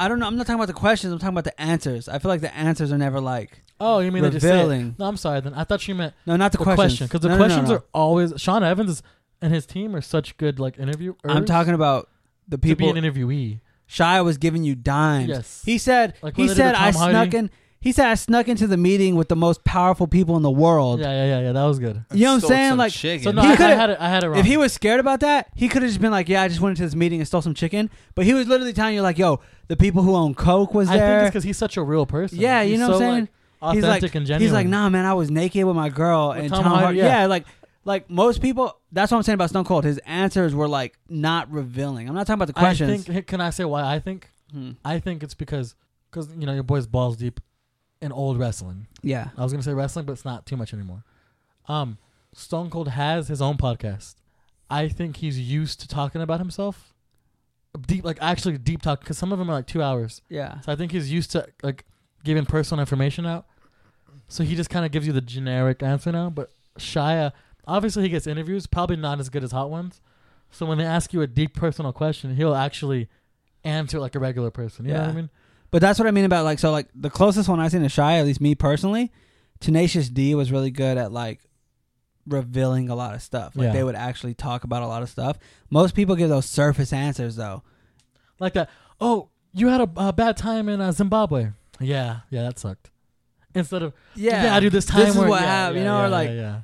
C: I don't know. I'm not talking about the questions. I'm talking about the answers. I feel like the answers are never like
A: Oh, you mean they just say it?
C: revealing.
A: No, I'm sorry. Then I thought you meant
C: No, not the,
A: the
C: questions.
A: question because the
C: No, no, no,
A: questions
C: no.
A: are always Sean Evans is, and his team are such good like interview.
C: I'm talking about the
A: to
C: people.
A: be an interviewee.
C: Shia was giving you dimes.
A: Yes.
C: He said
A: Like when
C: he
A: they did
C: said
A: the
C: I
A: Tom Hardy-
C: snuck in he said I snuck into the meeting with the most powerful people in the
A: Yeah,
C: world.
A: yeah, yeah, yeah. That was good.
C: You know what I'm
B: Stole
C: saying?
B: some
C: Like,
B: chicken.
A: So no,
C: He
A: I, I
C: could've-
A: had it. I had it wrong.
C: If he was scared about that, he could have just been like, "Yeah, I just went into this meeting and stole some chicken." But he was literally telling you like, "Yo, the people who own Coke was
A: I think
C: there."
A: it's because he's such a real person.
C: yeah, you
A: He's
C: know what
A: so,
C: I'm saying?
A: Like,
C: he's
A: authentic
C: like,
A: and genuine.
C: he's like, "Nah, man, I was naked with my girl."
A: With
C: and
A: Tom
C: Tom,
A: Hardy,
C: Hardy,
A: yeah.
C: yeah. like like most people. That's what I'm saying about Stone Cold. His answers were like not revealing. I'm not talking about
A: I
C: the questions.
A: think. Can I say why I think?
C: Hmm.
A: I think it's because because you know your boy's balls deep in old wrestling.
C: Yeah,
A: I was gonna say wrestling, but it's not too much anymore. Um, Stone Cold has his own podcast. I think he's used to talking about himself, deep like actually deep talk because some of them are like two hours.
C: yeah.
A: So I think he's used to like giving personal information out. So he just kind of gives you the generic answer now. But Shia, obviously, he gets interviews, probably not as good as hot ones. So when they ask you a deep personal question, he'll actually answer like a regular person. You know what I
C: Yeah.
A: mean?
C: But that's what I mean about like so like the closest one I seen to Shy, at least me personally, Tenacious D was really good at like revealing a lot of stuff. Like
A: Yeah.
C: they would actually talk about a lot of stuff. Most people give those surface answers though.
A: like that. Oh, you had a, a bad time in uh, Zimbabwe. Yeah, yeah, that sucked. Instead of yeah, I do this time.
C: This is
A: where,
C: what
A: yeah,
C: happened.
A: yeah,
C: you know,
A: yeah,
C: or like
A: yeah, yeah.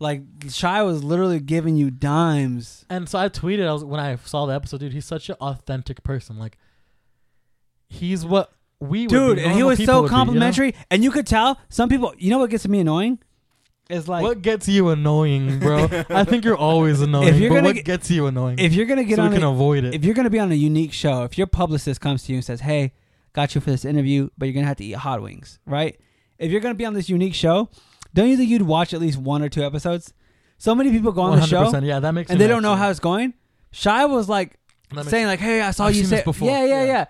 C: like Shy was literally giving you dimes.
A: And so I tweeted I was, when I saw the episode, dude. He's such an authentic person. Like, he's what we would
C: Dude,
A: be,
C: and he
A: normal
C: was
A: people
C: so
A: would be, you know?
C: complimentary and you could tell some people you know what gets me annoying? Is like
A: what gets you annoying, bro? I think you're always annoying.
C: If you're
A: but
C: gonna
A: what
C: get-
A: gets you annoying?
C: if you're gonna get
A: so
C: on
A: we can
C: a-
A: avoid it.
C: if you're going to be on a unique show, if your publicist comes to you and says, "Hey, got you for this interview, but you're going to have to eat hot wings," right? If you're going to be on this unique show, don't you think you'd watch at least one or two episodes? So many people go on the show
A: 100%, yeah, that makes
C: and
A: you
C: they don't know
A: mad,
C: how it's going. Shia was like
A: That makes-
C: saying like, "Hey, I saw
A: I've
C: you
A: seen
C: say
A: this before.
C: Yeah, yeah,
A: Yeah.
C: yeah,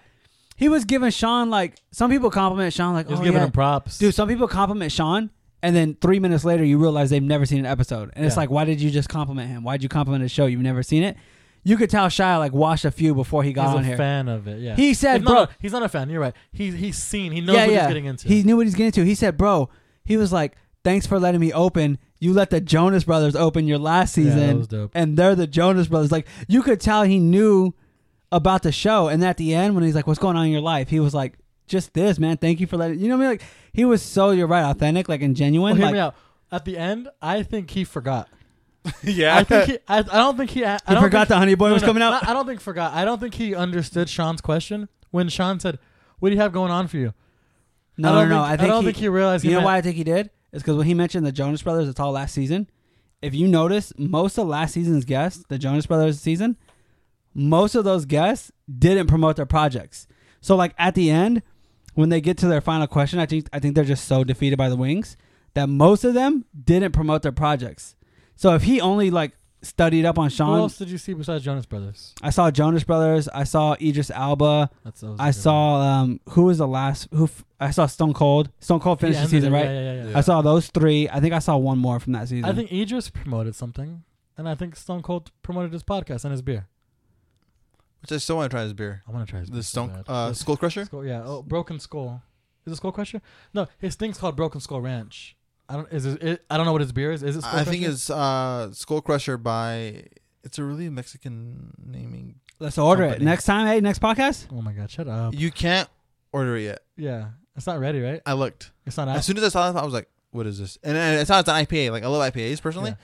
C: He was giving Sean like some people compliment Sean like,
A: He was
C: "Oh
A: giving
C: yeah,
A: him props,
C: dude." Some people compliment Sean. And then three minutes later, you realize they've never seen an episode, and it's
A: Yeah.
C: like, why did you just compliment him? Why'd you compliment a show you've never seen it? You could tell Shia like watched a few before he got
A: He's a
C: on here.
A: fan of it. Yeah,
C: He said,
A: No,
C: bro-
A: no, he's not a fan. You're right. He he's seen. He knows what he's getting into.
C: He knew what he's getting into. He said, "Bro, he was like, thanks for letting me open. You let the Jonas Brothers open your last
A: Yeah, that
C: season,
A: was dope.
C: and they're the Jonas Brothers. Like you could tell he knew about the show. And at the end, when he's like, "What's going on in your life?" He was like, "Just this, man. Thank you for letting." You know what I mean? Like he was so you're right, authentic, like and
A: Well,
C: genuine.
A: hear
C: like
A: me out. At the end, I think he forgot.
B: yeah.
A: I think he, I, I don't think he. I, I
C: he
A: don't
C: forgot
A: think,
C: the honey boy was coming out.
A: I, I don't think forgot. I don't think he understood Sean's question when Sean said, "What do you have going on for you?"
C: no,
A: I
C: no,
A: don't
C: no.
A: think-
C: I think
A: don't
C: he,
A: think he realized.
C: You
A: he
C: know
A: meant-
C: why I think he did? It's because when he mentioned the Jonas Brothers, it's all last season. If you notice, most of last season's guests, the Jonas Brothers season, most of those guests didn't promote their projects. So like at the end, when they get to their final question, I think I think they're just so defeated by the wings that most of them didn't promote their projects. So if he only like studied up on
A: Who
C: Sean,
A: else did you see besides Jonas Brothers?
C: I saw Jonas Brothers, I saw Idris Alba,
A: That's that was a
C: I
A: good one.
C: saw um who was the last who f- I saw Stone Cold. Stone Cold
A: He
C: finished the
A: ended
C: season,
A: it,
C: right?
A: Yeah, yeah, yeah. yeah.
B: Yeah.
C: I saw those three. I think I saw one more from that season.
A: I think Idris promoted something, and I think Stone Cold promoted his podcast and his beer.
B: Which I still want to try this beer.
A: I want to try his beer
B: The
A: so
B: Stone
A: bad.
B: uh,
A: The
B: Skull Crusher.
A: Skull- yeah. Oh, Broken Skull. Is it Skull Crusher? No, his thing's called Broken Skull Ranch. I don't. Is it? it I don't know what his beer is. Is it? Skull
B: I think
A: Crusher?
B: it's uh, Skull Crusher by. It's a really Mexican naming.
C: let's order
B: Company.
C: it next time. Hey, next podcast.
A: Oh my god! Shut up.
B: You can't order it yet.
A: Yeah, it's not ready, right?
B: I looked.
A: It's not out.
B: As soon as I saw that, I was like, "What is this?" And I saw it's an IPA. Like I love IPAs personally.
A: Yeah.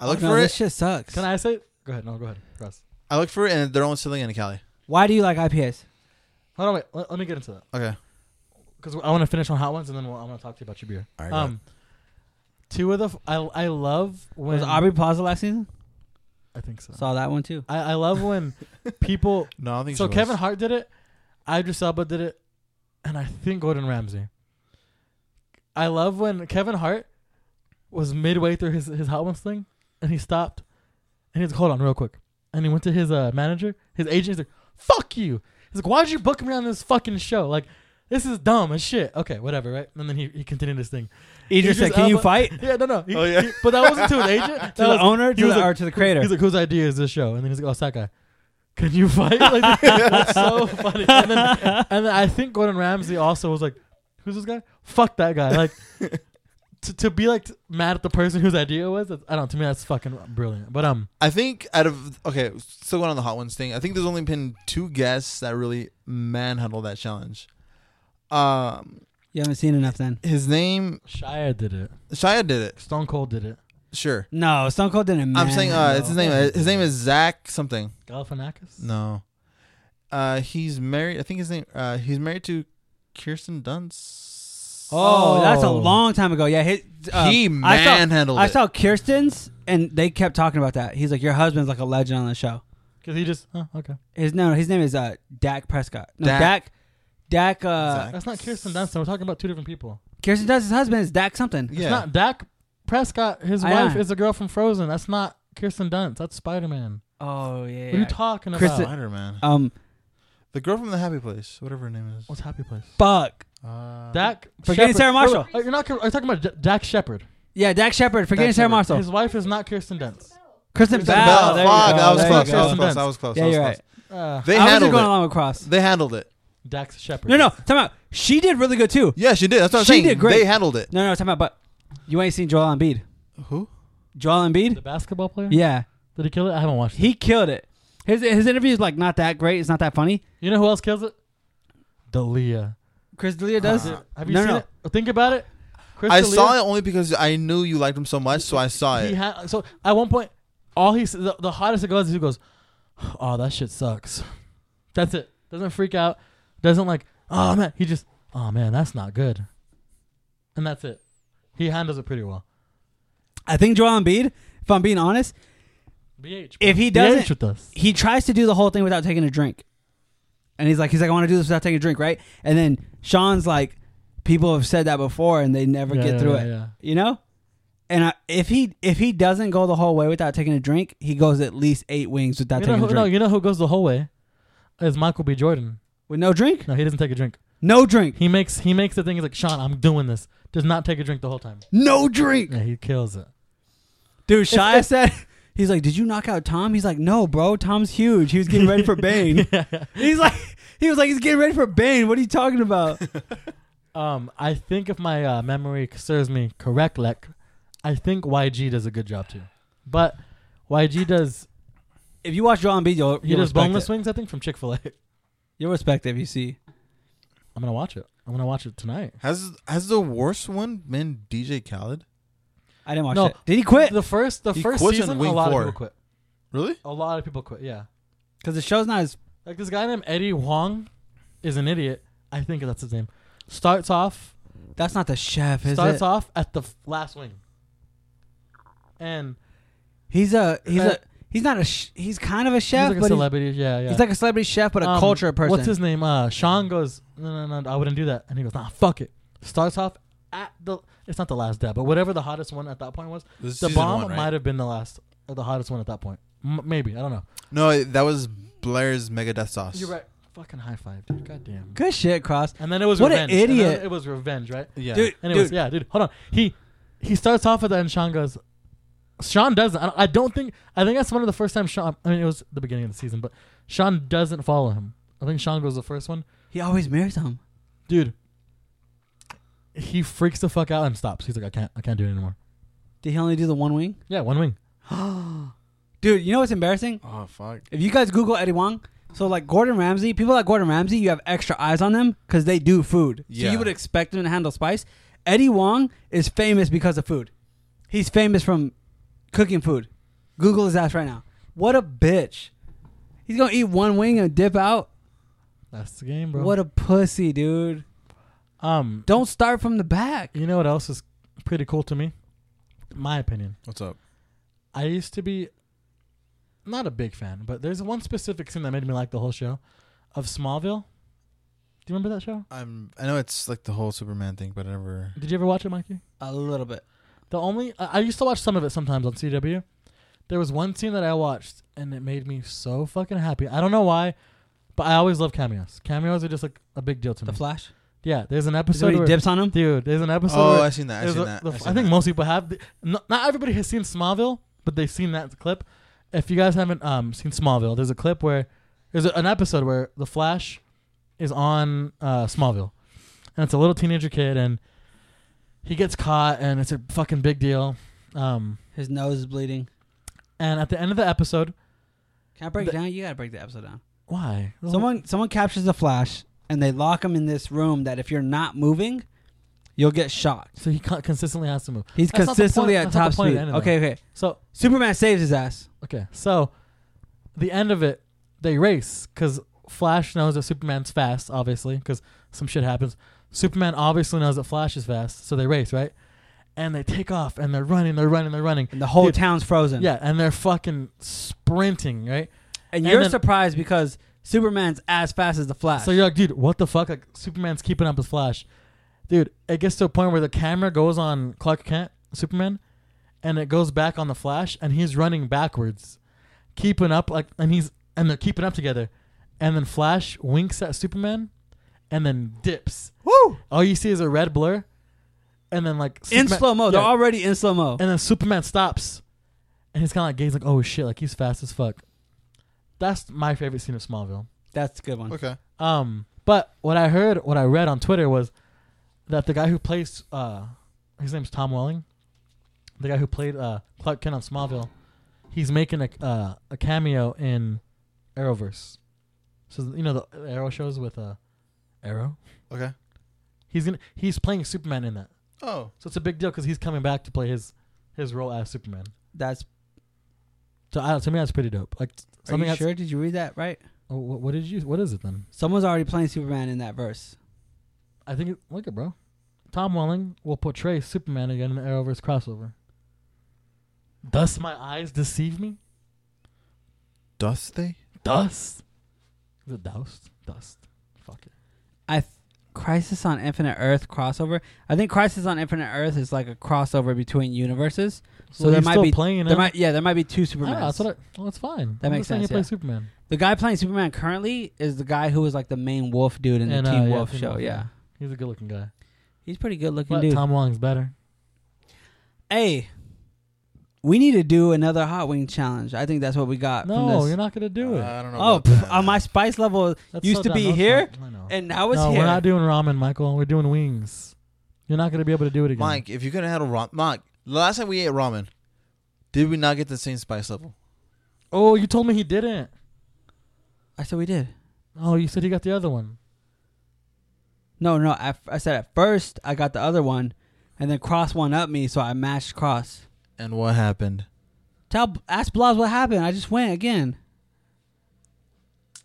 B: I looked
C: No,
B: for
C: this
B: it.
C: shit sucks.
A: Can I say? it? Go ahead. No, go ahead. Russ.
B: I looked for it, and they're only selling it in Cali.
C: Why do you like IPAs?
A: Hold on, wait. Let, let me get into that
B: Okay.
A: because I want to finish on hot ones, and then we'll, I want to talk to you about your beer.
B: All right, go
A: um, two of the f- I I love when
C: Was Aubrey Plaza last season?
A: I think so.
C: Saw that one too.
A: I, I love when people.
B: No, I don't think
A: so
B: she
A: Kevin
B: was.
A: Hart did it, Idris Elba did it, and I think Gordon Ramsay. I love when Kevin Hart was midway through his his hot ones thing, and he stopped, and he's like, "Hold on, real quick," and he went to his uh, manager, his agent. He's like, "Fuck you!" He's like, "Why'd you book me on this fucking show? Like, this is dumb as shit." Okay, whatever, right? And then he he continued his thing.
C: Idris said, "Can you
A: Elba-
C: fight?"
A: Yeah, no, no. He-
B: Oh, yeah.
A: he- but that wasn't to an agent. That
C: To the
A: was-
C: owner,
A: he
C: to
A: was
C: the,
A: like-
C: or to the creator.
A: He's like, whose idea is this show? And then he's like, oh, it's that guy. Can you fight? Like, that's so funny. And then, and then I think Gordon Ramsay also was like, who's this guy? Fuck that guy. Like, to, to be like mad at the person whose idea it was, that's, I don't. To me, that's fucking brilliant. But um,
B: I think out of okay, still going on the hot ones thing. I think there's only been two guests that really manhandled that challenge. Um,
C: you haven't seen enough then.
B: his name
A: Shia did it.
B: Shia did it.
A: Stone Cold did it.
B: Sure,
C: No, Stone Cold didn't.
B: I'm saying uh,
C: manhandle.
B: it's his name. His name is Zach something.
A: Galifianakis.
B: No, uh, he's married. I think his name. Uh, he's married to Kirsten Dunst.
C: Oh, that's a
A: Oh.
C: long time ago. Yeah, his, uh,
B: he
C: I saw-
B: manhandled
C: I
B: it.
C: saw Kirsten's, and they kept talking about that. He's like, "Your husband's like a legend on the show."
A: Because he just. Oh, okay.
C: His no, his name is uh, Dak Prescott. No,
B: Dak.
C: Dak. Dak. uh,
B: Zach.
A: That's not Kirsten Dunst. We're talking about two different people.
C: Kirsten Dunst's husband is Dak something.
A: It's
B: Yeah,
A: not Dak Prescott. His
C: I
A: wife
C: know.
A: is a girl from Frozen. That's not Kirsten Dunst. That's Spider Man.
C: Oh yeah.
A: What are you talking about?
C: Kristen-
B: Spider Man.
C: um,
B: The girl from the Happy Place, whatever her name is.
A: What's Happy Place?
C: fuck.
B: Uh,
A: Dak
C: Forgetting
A: Shepherd-
C: Sarah Marshall.
A: Wait, wait, you're not. Are you talking about D- Dak Shepard?
C: Yeah, Dak Shepard. Forgetting
B: Dak
C: Sarah
B: Shepard.
C: Marshall.
A: His wife is not Kirsten Dunst.
C: Kristen
A: Kristen
C: Bell.
A: Bell.
C: There you
B: Fuck,
C: go,
B: that was close.
C: there you
B: That
C: go.
B: was
A: Kirsten
B: close.
A: Dunst.
B: That was close.
C: Yeah,
B: that was
C: you're
B: close.
C: right.
A: Uh,
B: They
C: I was just
B: handled
C: going
B: it.
C: along with Cross.
B: They handled it.
A: Dak Shepard.
C: No, no. Time out. She did really good too.
B: Yeah, she did. That's what I'm
C: She
B: saying.
C: did great.
B: They handled it.
C: No, no. Time out. But you ain't seen Joel Embiid.
B: Who?
A: The
C: Joel Embiid.
A: basketball player.
C: Yeah,
A: Did he kill it? I haven't watched. it.
C: he killed it. His his interview is like not that great. It's not that funny.
A: You know who else kills it? Dalia.
C: Chris D'Elia does.
B: Uh,
A: Have you
C: No,
A: seen
C: no.
A: it? Think about it. Chris
B: I
A: D'Elia,
B: saw it only because I knew you liked him so much, so I saw
A: He
B: it.
A: had so at one point, all he s- the, the hottest it goes is he goes, "Oh, that shit sucks." That's it. Doesn't freak out. Doesn't like. Oh man, he just. Oh man, that's not good. And that's it. He handles it pretty well.
C: I think Joel Embiid. If I'm being honest,
A: BH.
C: If he
A: BH
C: doesn't-
A: with us.
C: he tries to do the whole thing without taking a drink. And he's like, he's like, I want to do this without taking a drink, right? And then Sean's like, people have said that before and they never
A: Yeah,
C: get
A: yeah,
C: through
A: yeah,
C: it,
A: yeah.
C: you know. And I, if he if he doesn't go the whole way without taking a drink, he goes at least eight wings without
A: You know
C: taking
A: who,
C: a
A: no,
C: drink
A: you know who goes the whole way? Is Michael B. Jordan.
C: with no drink,
A: No, he doesn't take a drink.
C: no drink,
A: He makes he makes the thing. He's like, Sean, I'm doing this. Does not take a drink the whole time.
C: no drink.
A: Yeah, he kills it.
C: Dude, Shia
A: it's-
C: said, he's like, did you knock out Tom? He's like, no, bro, Tom's huge. He was getting ready for Bane. He's like, he was like, he's getting ready for Bane. What are you talking about?
A: Um, I think if my uh, memory serves me correct, like, I think YG does a good job too. But YG does
C: if you watch Joel Embiid, you'll
A: he
C: you'll
A: does
C: respect
A: boneless
C: it.
A: wings. I think from Chick Fil A.
C: You'll respect it if you see.
A: I'm gonna watch it. I'm gonna watch it tonight.
B: Has has the worst one been DJ Khaled?
C: I didn't watch
A: No.
C: it. Did he quit?
A: The first the
B: He
A: first
B: quits on
A: season, a
B: wing
A: lot
B: four.
A: of people quit.
B: Really?
A: A lot of people quit. Yeah,
C: Because the show's not as
A: like this guy named Eddie Huang is an idiot. I think that's his name. Starts off
C: that's not the chef, is
A: starts
C: it?
A: off at the f- last wing. And
C: he's a he's
A: Uh,
C: a he's not a sh- he's kind of a
A: he's
C: chef,
A: like a
C: but he's-
A: celebrity. yeah, yeah.
C: he's, like a celebrity chef, but a
A: Um,
C: culture person.
A: What's his name? Uh, Sean goes, no, no, no, I wouldn't do that. And he goes, nah, fuck it. Starts off at the, it's not the last dab, but whatever the hottest one at that point was.
B: This is
A: The
B: season
A: bomb
B: one, right?
A: might have been the last, uh, the hottest one at that point. M- maybe. I don't know.
B: No, that was Blair's Mega Death Sauce.
A: You're right. Fucking high five, dude. God damn.
C: Good shit, Cross.
A: And then it was
C: What an
A: revenge. And then
C: idiot.
A: It was revenge, right?
B: Yeah.
C: Dude,
A: Anyways,
C: dude,
A: yeah, dude, hold on. He he starts off with that, and Sean goes. Sean doesn't. I don't, I don't think. I think that's one of the first times Sean. I mean, it was the beginning of the season, but Sean doesn't follow him. I think Sean goes the first one,
C: he always marries him.
A: dude. He freaks the fuck out and stops. He's like, I can't, I can't do it anymore.
C: Did he only do the one wing?
A: Yeah, one wing.
C: Dude, you know what's embarrassing?
B: Oh fuck.
C: If you guys Google Eddie Wong, so like Gordon Ramsay, people like Gordon Ramsay, you have extra eyes on them because they do food. So
B: Yeah.
C: you would expect them to handle spice. Eddie Wong is famous because of food. He's famous from cooking food. Google his ass right now. What a bitch. He's gonna eat one wing and dip out.
A: That's the game, bro.
C: What a pussy, dude.
A: um,
C: Don't start from the back.
A: you know what else is pretty cool to me? My opinion.
B: What's up?
A: I used to be not a big fan, but there's one specific scene that made me like the whole show, of Smallville. Do you remember that show?
B: I'm. I know it's like the whole Superman thing, but I never.
A: Did you ever watch it, Mikey?
C: A little bit.
A: The only I I used to watch some of it sometimes on CW. There was one scene that I watched and it made me so fucking happy. I don't know why, but I always love cameos. Cameos are just like a big deal to
C: The
A: me.
C: Flash.
A: yeah, there's an
C: Is that
A: episode.
C: when he
A: where-
C: dips on him?
A: dude, there's an episode.
B: Oh,
A: where
B: I've seen that.
A: there's
B: I've seen
A: a-
B: that.
A: the-
B: I've
A: I
B: seen
A: think
B: that.
A: most people have. The, no, not everybody has seen Smallville, but they've seen that clip. If you guys haven't um, seen Smallville, there's a clip where there's a, an episode where the Flash is on uh, Smallville, and it's a little teenager kid, and he gets caught, and it's a fucking big deal. Um,
C: His nose is bleeding.
A: and at the end of the episode,
C: Can I break
A: The-
C: it down? You gotta break the episode down.
A: why
C: Someone someone captures the Flash and they lock him in this room that if you're not moving, you'll get shot.
A: So he con- consistently has to move.
C: He's
A: That's not the
C: consistently
A: point-
C: at
A: that's not
C: top
A: the point of
C: speed.
A: the end of
C: Okay, okay.
A: So
C: Superman saves his ass.
A: Okay, so the end of it, they race because Flash knows that Superman's fast, obviously, because some shit happens. Superman obviously knows that Flash is fast, so they race, right? And they take off and they're running, they're running, they're running.
C: And the whole
A: Dude.
C: town's frozen.
A: Yeah, and they're fucking sprinting, right?
C: And
A: And
C: you're
A: then-
C: surprised because Superman's as fast as the Flash.
A: So you're like, dude, what the fuck? Like Superman's keeping up with Flash, dude. It gets to a point where the camera goes on Clark Kent, Superman, and it goes back on the Flash, and he's running backwards, keeping up like, and he's and they're keeping up together, and then Flash winks at Superman, and then dips.
C: Woo!
A: All you see is a red blur, and then like
C: In
A: Superman-
C: slow mo. They're
A: Yeah.
C: already in slow mo.
A: and then Superman stops, and he's kind of like gazing, like, oh shit, like he's fast as fuck. That's my favorite scene of Smallville.
C: That's a good one.
B: Okay.
A: Um, but what I heard, what I read on Twitter was that the guy who plays, uh, his name's Tom Welling, the guy who played uh, Clark Kent on Smallville, he's making a uh, a cameo in Arrowverse. So you know the Arrow shows with uh, Arrow.
B: Okay.
A: He's gonna he's playing Superman in that,
B: Oh.
A: so it's a big deal because he's coming back to play his his role as Superman.
C: That's
A: So I, to me, that's pretty dope. Like
C: Are
A: something.
C: you
A: that's,
C: sure? Did you read that right?
A: Oh, wh- what did you? What is it then?
C: Someone's already playing Superman in that verse.
A: I think it, look at bro. Tom Welling will portray Superman again in the Arrowverse crossover. Thus my eyes deceive me?
B: Dust they?
A: Dust? Is it doused? Dust. Fuck it.
C: I th- Crisis on Infinite Earth crossover. I think Crisis on Infinite Earth is like a crossover between universes. So
A: Well,
C: there
A: he's
C: might
A: still
C: be
A: playing
C: there
A: it.
C: might yeah there might be two
A: I don't know,
C: Supermans.
A: Ah, that's what I, well, it's fine.
C: That
A: I'm
C: makes
A: just saying
C: sense,
A: He plays
C: yeah.
A: Superman.
C: the guy playing Superman currently is the guy who was like the main Wolf dude in the
A: And, uh,
C: Team
A: yeah,
C: Wolf
A: Team
C: show.
A: Wolf,
C: yeah.
A: yeah. He's a good looking guy.
C: he's pretty good looking
A: But
C: dude.
A: Tom Welling's better.
C: hey, we need to do another hot wing challenge. I think that's what we got. Uh, from
A: No,
C: this.
A: you're not gonna do
B: Uh,
A: it.
B: I don't know.
C: Oh,
B: about that.
C: pff, on my spice level
A: That's
C: used
A: so
C: to
A: dumb.
C: be
A: No, it's
C: here,
A: not. I know.
C: and now it's
A: no,
C: here.
A: we're not doing ramen, Michael. We're doing wings. You're not gonna be able to do it again.
B: Mike, if you could have had a ramen, Mike, the last time we ate ramen, did we not get the same spice level?
A: Oh, you told me he didn't.
C: I said we did.
A: Oh, you said he got the other one.
C: No, no. I, I said at first I got the other one, and then Cross one up me, so I matched Cross.
B: And what happened?
C: Tell ask Blobs what happened. I just went again.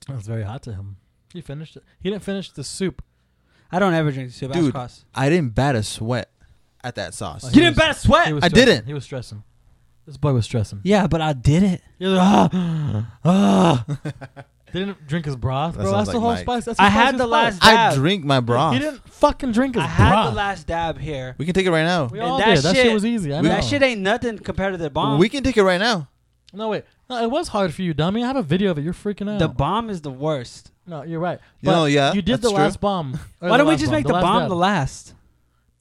A: That was very hot to him. He finished it. He didn't finish the soup.
C: I don't ever drink soup. Ask
B: Dude.
C: Cross.
B: I didn't bat a sweat at that sauce.
A: Like, You didn't
C: bet sweat.
A: He was
B: I
A: stressing.
B: didn't.
A: He was stressing. This boy was stressing.
C: Yeah, but I did it.
A: He was like, ah, ah. didn't drink his broth,
B: That
A: bro.
B: sounds
A: That's the
B: like
A: whole
B: Mike.
A: spice. That's
C: I
A: his
C: had
A: spice
C: the
A: is
C: last
A: spice.
B: I
C: dab.
B: drink my broth.
A: He didn't fucking drink his
C: I had the
A: broth.
C: last dab here.
B: we can take it right now.
A: we
C: and
A: all
C: that
A: did. that shit
C: shit-
A: was easy. I know.
C: That shit ain't nothing compared to the bomb.
B: We can take it right now.
A: no wait. No, it was hard for you, dummy. I have a video of it. You're freaking out.
C: the bomb is the worst.
A: no, you're right.
B: You know, yeah,
A: you did
B: that's
A: the
B: true.
A: last bomb. Or
C: Why
A: the
C: don't we
A: last
C: just make the
A: last
C: bomb
A: dab.
C: the last?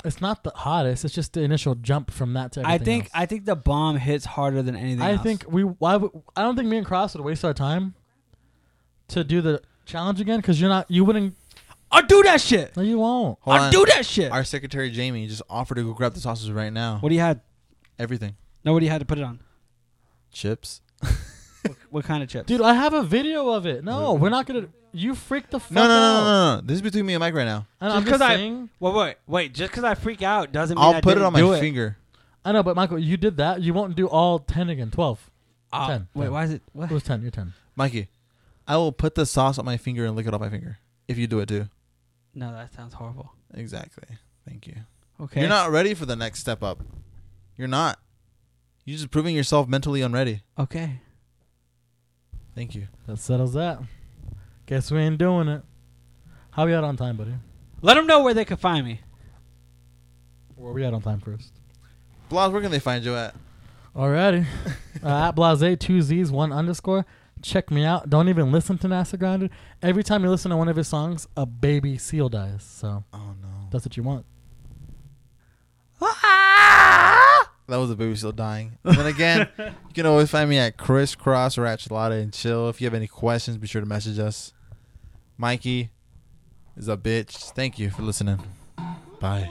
A: It's not the hottest. It's just the initial jump from that to.
C: I
A: everything
C: think
A: else.
C: I think the bomb hits harder than anything.
A: I
C: else.
A: think we. Why? would- I don't think me and Cross would waste our time to do the challenge again because you're not. You wouldn't.
C: I do that shit.
A: No, you won't.
B: Hold
C: I
B: on.
C: do that shit.
B: Our secretary Jamie just offered to go grab the sauces right now.
C: What do you had?
B: Everything.
C: No, what do you had to put it on?
B: Chips.
C: What, what kind of chips?
A: Dude, I have a video of it. No, we're not gonna. You freak the fuck
B: No, no, no,
A: out.
B: no, no. This is between me and Mike right now.
A: And
C: Just
A: I'm
C: 'cause
A: just
C: I-
A: saying.
C: Wait, wait, wait. Just because I freak out doesn't mean I
B: I'll put it
C: didn't
B: on my
C: do it.
B: finger.
A: I know, but Michael, you did that. You won't do all ten again. Twelve.
C: Oh,
A: Ten.
C: Wait, why is it? What?
A: It was ten. You're ten.
B: Mikey, I will put the sauce on my finger and lick it off my finger if you do it too.
C: No, that sounds horrible.
B: Exactly. Thank you.
C: Okay.
B: You're not ready for the next step up. You're not. You're just proving yourself mentally unready.
C: Okay.
B: Thank you.
A: That settles that. Guess we ain't doing it. How we out on time, buddy?
C: Let them know where they can find me.
A: Where we out on time first?
B: Blas, where can they find you at?
A: Alrighty. uh, at Blase, two Z's, one underscore. Check me out. Don't even listen to NASA Grounded. Every time you listen to one of his songs, a baby seal dies. So
B: Oh no,
A: that's what you want.
B: that was a baby still dying. And then again, you can always find me at crisscross or at Chilada and chill. If you have any questions, be sure to message us. Mikey is a bitch. Thank you for listening. Bye.